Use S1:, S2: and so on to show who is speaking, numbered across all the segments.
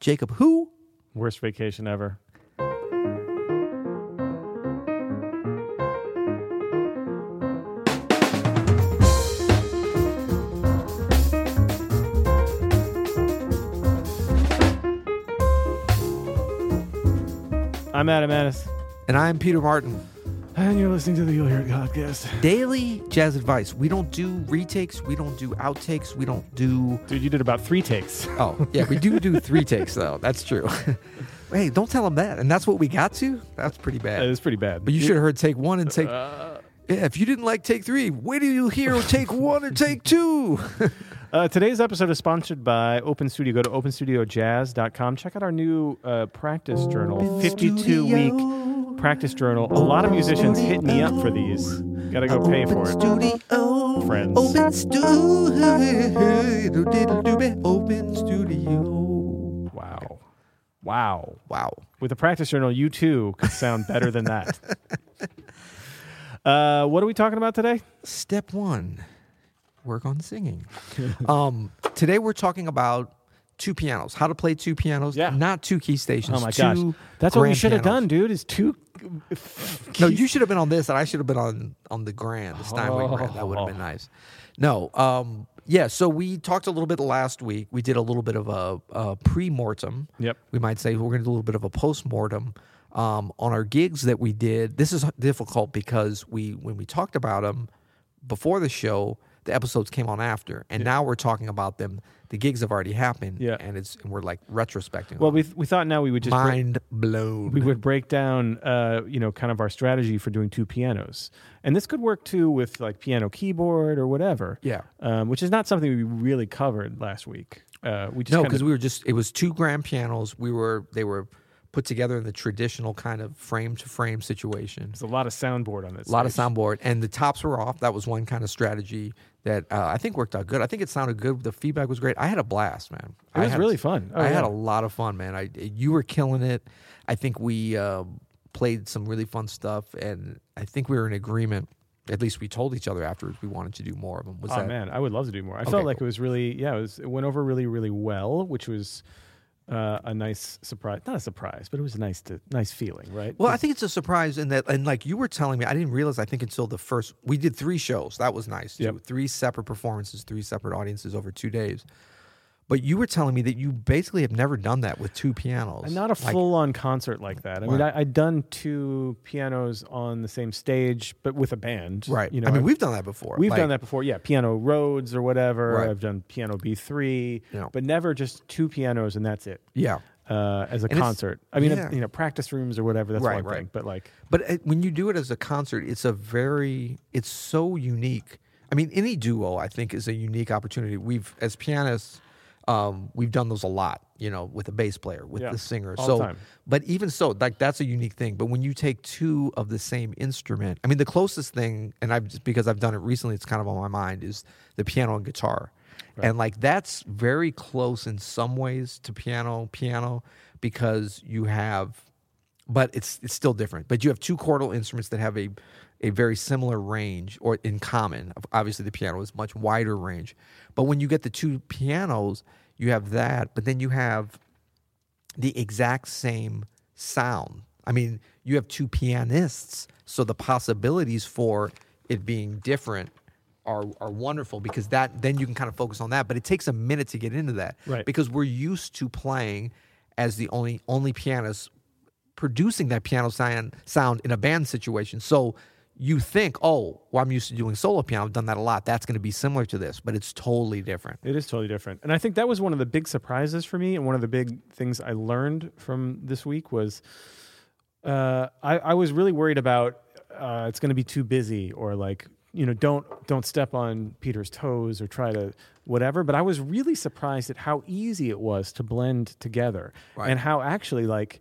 S1: Jacob, who?
S2: Worst vacation ever. I'm Adam Annis,
S1: And I'm Peter Martin.
S2: and you're listening to the You'll Hear It podcast.
S1: Daily jazz advice. We don't do retakes. We don't do outtakes. We don't do.
S2: Dude, you did about three takes.
S1: Oh, yeah, we do do three takes, though. That's true. hey, don't tell them that. And that's what we got to? That's pretty
S2: It
S1: bad.
S2: was pretty bad.
S1: But you should have heard take one and take.
S2: Uh.
S1: Yeah, if you didn't like take three, wait till you hear take one and take two.
S2: Uh, today's episode is sponsored by Open Studio. Go to openstudiojazz.com. Check out our new uh, practice journal, 52 week practice journal. A lot of musicians hit me up for these. Gotta go pay for it.
S1: Studio.
S2: Friends.
S1: Open studio. Open studio.
S2: Wow. Wow.
S1: Wow.
S2: With a practice journal, you too could sound better than that. Uh, what are we talking about today?
S1: Step one work on singing. um, today we're talking about two pianos, how to play two pianos,
S2: Yeah.
S1: not two key stations.
S2: Oh my
S1: two
S2: gosh. That's what we
S1: grand
S2: should have
S1: pianos.
S2: done, dude, is two.
S1: No, you should have been on this, and I should have been on on the grand, the Steinway grand. That would
S2: Oh.
S1: have been nice. No, um, yeah. So we talked a little bit last week. We did a little bit of a, a pre-mortem.
S2: Yep.
S1: We might say we're going to do a little bit of a post-mortem um, on our gigs that we did. This is difficult because we when we talked about them before the show, the episodes came on after, and now we're talking about them. The gigs have already happened,
S2: Yeah.
S1: and it's and we're like retrospecting.
S2: Well,
S1: Well,
S2: we, we thought now we would just bring-
S1: mind blown.
S2: we would break down uh, you know kind of our strategy for doing two pianos and this could work too with like piano keyboard or whatever
S1: Yeah.
S2: um, which is not something we really covered last week uh, we just
S1: No,
S2: kind
S1: because
S2: of,
S1: we were just it was two grand pianos. We were they were put together in the traditional kind of frame to frame situation.
S2: there's a lot of soundboard on this
S1: A lot of soundboard and the tops were off. That was one kind of strategy that uh, I think worked out good. I think it sounded good. The feedback was great. I had a blast, man.
S2: It
S1: I
S2: was
S1: had-
S2: really fun. Oh,
S1: I had
S2: yeah.
S1: a lot of fun, man. I you were killing it. I think we uh, played some really fun stuff, and I think we were in agreement. At least we told each other afterwards we wanted to do more of them. Was
S2: oh
S1: that
S2: man i would love to do more i felt like it was really yeah it was it went over really really well which was uh, a nice surprise not a surprise but it was nice to nice feeling right
S1: Well, I think it's a surprise in that, and like you were telling me, I didn't realize. I think until the first, we did three shows. That was nice. too.
S2: Yep.
S1: Three separate performances, three separate audiences over two days. But you were telling me that you basically have never done that with two pianos.
S2: And not a
S1: Like,
S2: full on concert like that. I mean, I, I'd done two pianos on the same stage, but with a band.
S1: right.
S2: You know,
S1: I mean,
S2: I've-
S1: we've done that before.
S2: We've
S1: Like,
S2: done that before. Yeah, piano roads or whatever.
S1: Right.
S2: I've done piano B3,
S1: Yeah.
S2: but never just two pianos and that's it.
S1: Yeah.
S2: Uh, as a
S1: it's-
S2: concert. I mean,
S1: yeah.
S2: you know, practice rooms or whatever. That's
S1: Right,
S2: one
S1: right.
S2: thing. But like,
S1: But uh, when you do it as a concert, it's a very, it's so unique. I mean, any duo, I think, is a unique opportunity. We've, as pianists, um, we've done those a lot, you know, with a bass player, with
S2: Yeah,
S1: the singer.
S2: all the
S1: so,
S2: time.
S1: but even so, like that's a unique thing. But when you take two of the same instrument, I mean, the closest thing, and I've just because I've done it recently, it's kind of on my mind is the piano and guitar, and like that's very close in some ways to piano, piano, because you have, but it's it's still different. But you have two chordal instruments that have a a very similar range or in common. Obviously, the piano is much wider range, but when you get the two pianos, you have that, but then you have the exact same sound. I mean, you have two pianists, so the possibilities for it being different are are wonderful because that then you can kind of focus on that. But it takes a minute to get into that
S2: Right.
S1: because we're used to playing as the only only pianist producing that piano sound sound in a band situation. So you think, oh, well, I'm used to doing solo piano. I've done that a lot. That's going to be similar to this, but it's totally different.
S2: It is totally different. And I think that was one of the big surprises for me. And one of the big things I learned from this week was uh, I, I was really worried about uh, it's going to be too busy or like, you know, don't don't step on Peter's toes or try to whatever. But I was really surprised at how easy it was to blend together and how actually like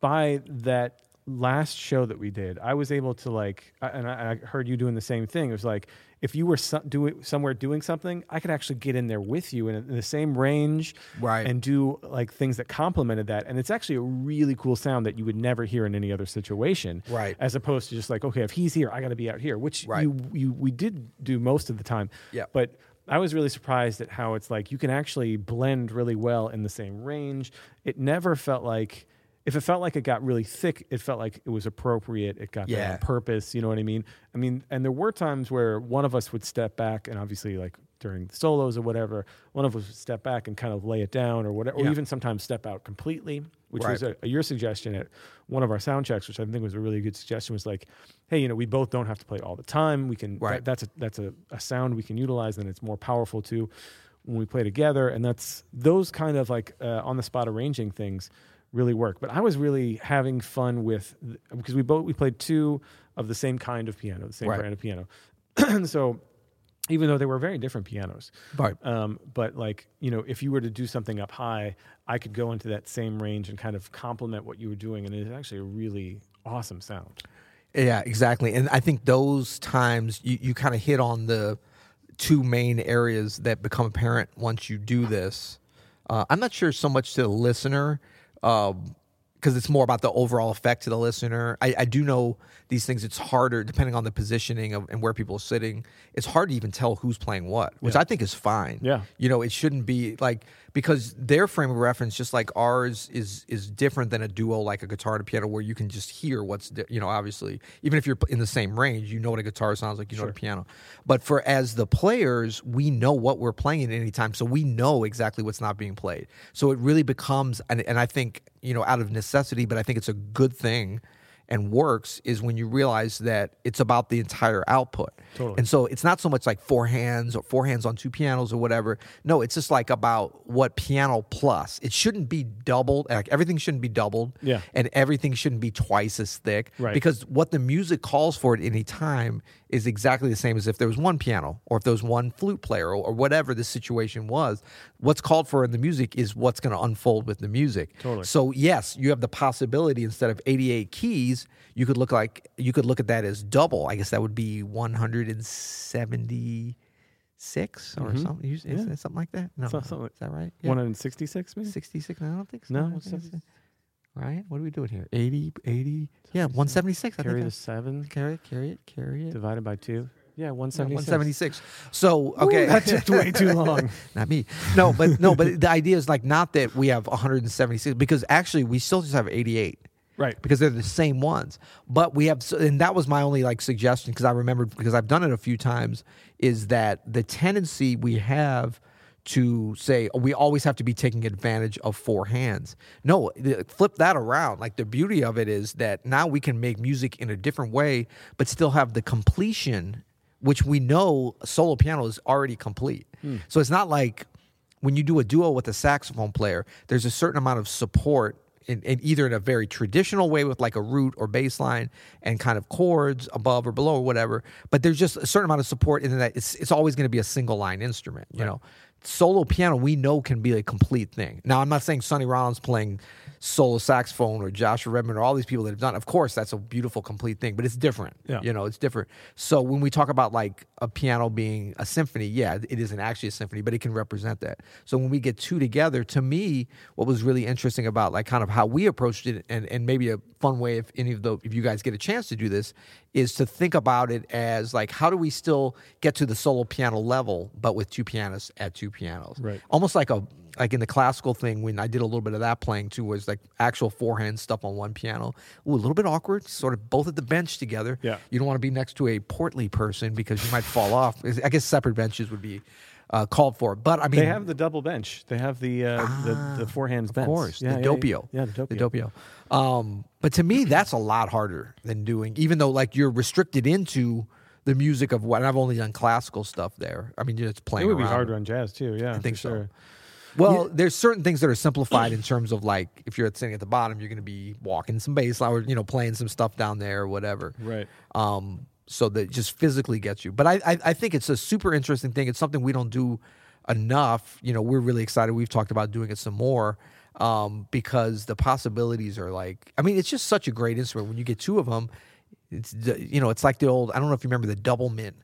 S2: by that last show that we did, I was able to like, I- and I, I heard you doing the same thing. It was like if you were so, doing somewhere doing something, I could actually get in there with you in, in the same range,
S1: Right.
S2: and do like things that complemented that. And it's actually a really cool sound that you would never hear in any other situation,
S1: Right.
S2: As opposed to just like, okay, if he's here, I got to be out here, which
S1: Right.
S2: you, you we did do most of the time,
S1: Yeah.
S2: but I was really surprised at how it's like you can actually blend really well in the same range. It never felt like if it felt like it got really thick, it felt like it was appropriate. It got there
S1: Yeah.
S2: on purpose. You know what I mean? I mean, and there were times where one of us would step back and obviously like during the solos or whatever, one of us would step back and kind of lay it down or whatever, or
S1: Yeah.
S2: even sometimes step out completely, which
S1: Right.
S2: was a, your suggestion at one of our sound checks, which I think was a really good suggestion was like, Hey, you know, we both don't have to play all the time. We can,
S1: Right.
S2: that- that's a, that's a, a sound we can utilize and it's more powerful too when we play together and that's those kind of like uh, on the spot arranging things really work but i was really having fun with because we both we played two of the same kind of piano the same
S1: Right.
S2: brand of piano so even though they were very different pianos
S1: Right.
S2: um, but like you know if you were to do something up high i could go into that same range and kind of complement what you were doing and it's actually a really awesome sound
S1: Yeah, exactly. And I think those times you, you kind of hit on the two main areas that become apparent once you do this. Uh, I'm not sure so much to the listener, because it's more about the overall effect to the listener. I, I do know these things. It's harder depending on the positioning of, and where people are sitting. It's hard to even tell who's playing what, which I think is fine.
S2: Yeah.
S1: You know, it shouldn't be like because their frame of reference, just like ours, is is different than a duo like a guitar to piano, where you can just hear what's di- you know obviously even if you're in the same range, you know what a guitar sounds like, you know what a piano. But for as the players, we know what we're playing at any time, so we know exactly what's not being played. So it really becomes, and, and I think you know out of necessity, but I think it's a good thing and works is when you realize that it's about the entire output.
S2: Totally.
S1: And so it's not so much like four hands or four hands on two pianos or whatever. No, it's just like about what piano plus. It shouldn't be doubled. Like everything shouldn't be doubled.
S2: Yeah.
S1: And everything shouldn't be twice as thick.
S2: Right.
S1: Because what the music calls for at any time is exactly the same as if there was one piano or if there was one flute player or, or whatever the situation was. What's called for in the music is what's going to unfold with the music.
S2: Totally.
S1: So yes, you have the possibility instead of 88 keys, you could look like you could look at that as double. I guess that would be 176 or something, is- is it something like that. No,
S2: Mm-hmm. So- something like-
S1: is that right? Yeah.
S2: 166 maybe
S1: 66? No, I don't think so.
S2: Mm. No,
S1: I think
S2: what's
S1: it's-
S2: that?
S1: Ryan, what are we doing here? 80, 80. Yeah, 176. I
S2: carry
S1: think
S2: the
S1: that's-
S2: seven
S1: carry it, carry it, carry it.
S2: divided by two yeah
S1: Yeah,
S2: 176
S1: 176. So okay,
S2: that took way too long
S1: not me. No, but no, but the idea is like not that we have 176 because actually we still just have 88
S2: right
S1: because they're the same ones. But we have, so- and that was my only like suggestion because I remembered because I've done it a few times is that the tendency we have to say we always have to be taking advantage of four hands. No, the- flip that around. Like the beauty of it is that now we can make music in a different way, but still have the completion, which we know solo piano is already complete. So it's not like when you do a duo with a saxophone player, there's a certain amount of support in, in either in a very traditional way with like a root or bass line and kind of chords above or below or whatever. But there's just a certain amount of support in that it's it's always going to be a single line instrument, you know. Solo piano we know can be a complete thing. Now I'm not saying Sonny Rollins playing solo saxophone or Joshua Redman or all these people that have done. it. Of course, that's a beautiful complete thing, but it's different.
S2: Yeah.
S1: You know, it's different. So when we talk about like a piano being a symphony, yeah, it isn't actually a symphony, but it can represent that. So when we get two together, to me, what was really interesting about like kind of how we approached it and, and maybe a fun way if any of the if you guys get a chance to do this is to think about it as like how do we still get to the solo piano level but with two pianists at two pianos.
S2: Right.
S1: Almost like a like in the classical thing when I did a little bit of that playing too was like actual forehand stuff on one piano. Ooh, a little bit awkward, sort of both at the bench together.
S2: Yeah.
S1: You don't want to be next to a portly person because you might fall off. I guess separate benches would be uh, called for. But I mean,
S2: They have the double bench. They have the uh, the, the four hands bench.
S1: Ah, of course,
S2: yeah,
S1: the
S2: yeah,
S1: dopio.
S2: Yeah, yeah, the dopio.
S1: dopio. Um, but to me, that's a lot harder than doing, even though like you're restricted into the music of what and I've only done classical stuff there. I mean, it's
S2: It
S1: playing.
S2: would be
S1: around.
S2: harder on jazz too. Yeah, I
S1: think so.
S2: sure.
S1: Well, there's certain things that are simplified in terms of like if you're sitting at the bottom, you're going to be walking some bass line or you know playing some stuff down there or whatever.
S2: Right.
S1: Um, so that it just physically gets you. But I, I I think it's a super interesting thing. It's something we don't do enough. You know, we're really excited. We've talked about doing it some more. um, because the possibilities are like. I mean, it's just such a great instrument. When you get two of them, it's the- you know, it's like the old. I don't know if you remember the double mint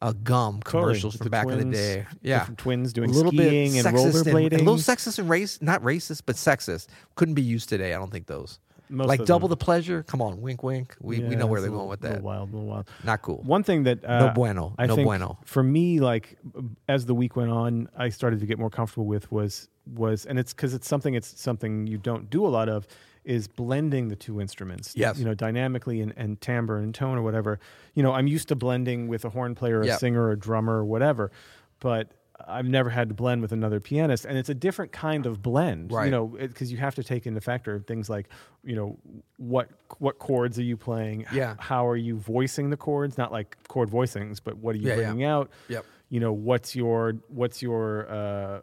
S1: uh, gum commercials
S2: with
S1: from
S2: the
S1: back in the
S2: twins-
S1: day. Yeah,
S2: different twins doing
S1: a little
S2: skiing
S1: bit
S2: and
S1: sexist and,
S2: rollerblading.
S1: a little sexist and race, not racist, but sexist. Couldn't be used today. I don't think those.
S2: Most
S1: like
S2: of
S1: double
S2: them.
S1: the pleasure. Come on, wink, wink. We we
S2: Yeah,
S1: know where
S2: it's
S1: they're
S2: a
S1: going
S2: little-
S1: with
S2: little
S1: that.
S2: Wild, little wild.
S1: Not cool.
S2: One thing that uh,
S1: bueno,
S2: I
S1: no
S2: think
S1: bueno.
S2: For me, like as the week went on, I started to get more comfortable with was was, and it's because it's something it's something you don't do a lot of is blending the two instruments.
S1: Yes.
S2: you know, dynamically and, and timbre and tone or whatever. You know, I'm used to blending with a horn player, or
S1: Yeah.
S2: a singer, or a drummer, or whatever, but. I've never had to blend with another pianist, and it's a different kind of blend,
S1: Right.
S2: you know, because you have to take into factor things like, you know, what what chords are you playing? h-
S1: Yeah.
S2: how are you voicing the chords not like chord voicings but what are you
S1: Yeah, yeah.
S2: bringing out
S1: Yep.
S2: you know what's your what's your uh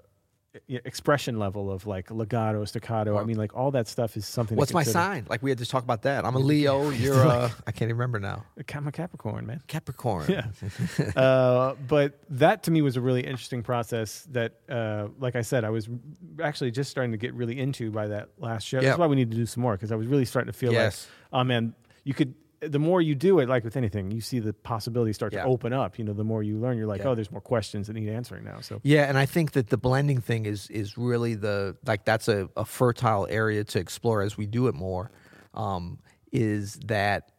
S2: e- expression level of like legato staccato i mean like all that stuff is something to
S1: What's my
S2: consider.
S1: sign? Like we had to talk about that. I'm a Leo. You're a. I can't even remember now.
S2: i'm a capricorn man
S1: Capricorn.
S2: Yeah. uh, but that to me was a really interesting process that, uh, like I said, I was actually just starting to get really into by that last show.
S1: Yeah.
S2: That's why we need to do some more because I was really starting to feel
S1: Yes.
S2: like, oh man, you could. The more you do it, like with anything, you see the possibilities start
S1: Yeah.
S2: to open up. You know, the more you learn, you're like,
S1: Yeah.
S2: oh, there's more questions that need answering now. So
S1: Yeah, and I think that the blending thing is is really the like that's a, a fertile area to explore as we do it more. Um, is that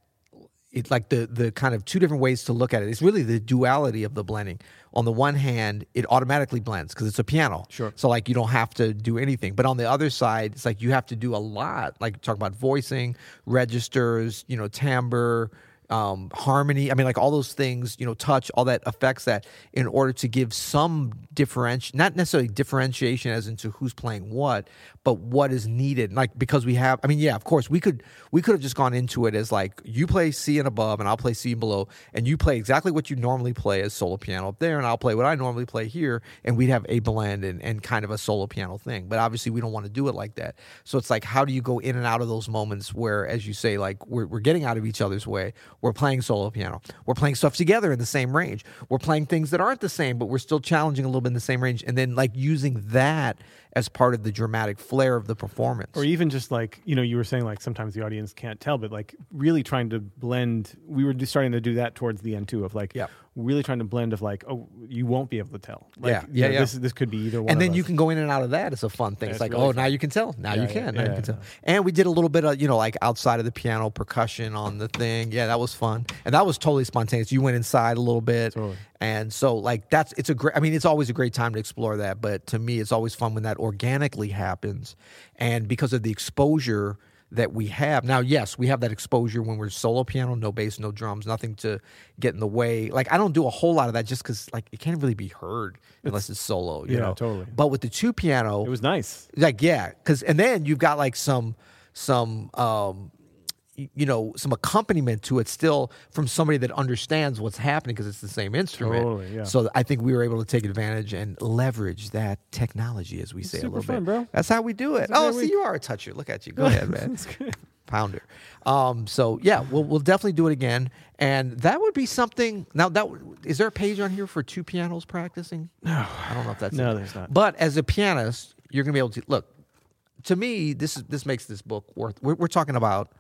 S1: it's like the the kind of two different ways to look at it. It's really the duality of the blending. On the one hand, it automatically blends because it's a piano.
S2: Sure.
S1: So like you don't have to do anything. But on the other side, it's like you have to do a lot. Like talk about voicing, registers, you know, timbre, um, harmony. I mean, like all those things, you know, touch, all that affects that in order to give some differenti not necessarily differentiation as into who's playing what, but what is needed. Like because we have, I mean, yeah, of course, we could we could have just gone into it as like you play C and above, and I'll play C and below, and you play exactly what you normally play as solo piano up there, and I'll play what I normally play here, and we'd have a blend and, and kind of a solo piano thing. But obviously, we don't want to do it like that. So it's like, how do you go in and out of those moments where, as you say, like we're, we're getting out of each other's way, we're playing solo piano, we're playing stuff together in the same range, we're playing things that aren't the same, but we're still challenging a little bit in the same range, and then like using that as part of the dramatic flair of the performance.
S2: or even just like you know you were saying like sometimes the audience can't tell but like really trying to blend we were just starting to do that towards the end too of like
S1: Yeah.
S2: really trying to blend of like oh you won't be able to tell like
S1: Yeah,
S2: you
S1: yeah,
S2: know,
S1: yeah.
S2: this this could be either one
S1: and
S2: of
S1: then you
S2: us.
S1: can go in and out of that. It's a fun thing.
S2: That's
S1: it's like,
S2: really
S1: oh,
S2: fun.
S1: now you can tell. Now you
S2: Yeah,
S1: can.
S2: yeah,
S1: now you
S2: yeah,
S1: can tell. And we did a little bit of, you know, like outside of the piano percussion on the thing. Yeah, that was fun. And that was totally spontaneous. You went inside a little bit.
S2: Totally.
S1: And so, like, that's, it's a great, I mean, it's always a great time to explore that. But to me, it's always fun when that organically happens. And because of the exposure, that we have now yes we have that exposure when we're solo piano no bass no drums nothing to get in the way like i don't do a whole lot of that just because like it can't really be heard unless it's solo you
S2: yeah,
S1: know
S2: totally.
S1: but with the two piano
S2: it was nice
S1: like yeah because and then you've got like some some um y- you know some accompaniment to it still from somebody that understands what's happening because it's the same instrument
S2: Totally, yeah.
S1: so i think we were able to take advantage and leverage that technology as we say a
S2: super
S1: little bit
S2: fun, bro.
S1: that's how we do it
S2: a
S1: oh
S2: great
S1: see
S2: week.
S1: you are a toucher look at you go ahead man pounder um so yeah we'll, we'll definitely do it again and that would be something now that w- is there a page on here for two pianos practicing no i don't know if that's in
S2: No,
S1: there.
S2: there's not.
S1: But as a pianist, you're gonna be able to look. To me, this is this makes this book worth. We're, we're talking about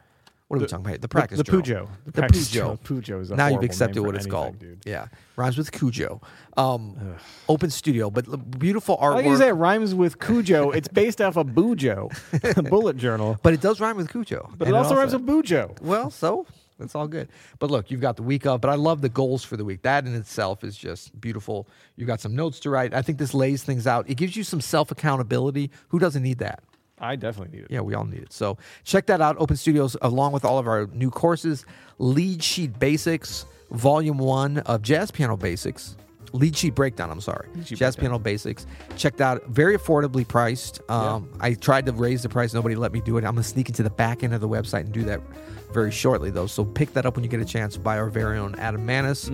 S1: what are we talking about? here? The practice,
S2: the
S1: journal.
S2: Pujo.
S1: the,
S2: The practice
S1: Pujo,
S2: journal. Pujo is a
S1: now you've
S2: horrible name
S1: accepted
S2: for
S1: what it's
S2: anything,
S1: called.
S2: dude.
S1: Yeah, rhymes with Cujo. Um, open studio, but l- beautiful
S2: I like you
S1: artwork.
S2: say it rhymes with Cujo. it's based off of Bujo, a bullet journal,
S1: but it does rhyme with Cujo.
S2: but it
S1: And
S2: also rhymes with Bujo.
S1: Well, so that's all good. But look, you've got the week up, but I love the goals for the week. That in itself is just beautiful. You've got some notes to write. I think this lays things out. It gives you some self accountability. Who doesn't need that?
S2: I definitely need it.
S1: Yeah, we all need it. So check that out. Open Studios, along with all of our new courses, Lead Sheet Basics, Volume One of Jazz Piano Basics, Lead Sheet Breakdown. I'm sorry,
S2: Sheet
S1: Jazz Piano Basics. Checked out, very affordably priced. Um, I tried to raise the price, nobody let me do it. I'm gonna sneak into the back end of the website and do that very shortly, though. So pick that up when you get a chance by our very own Adam Manis.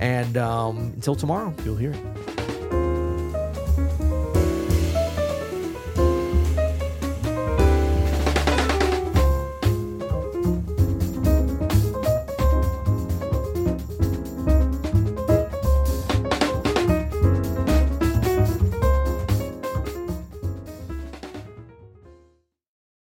S1: And um, until tomorrow.
S2: You'll hear it.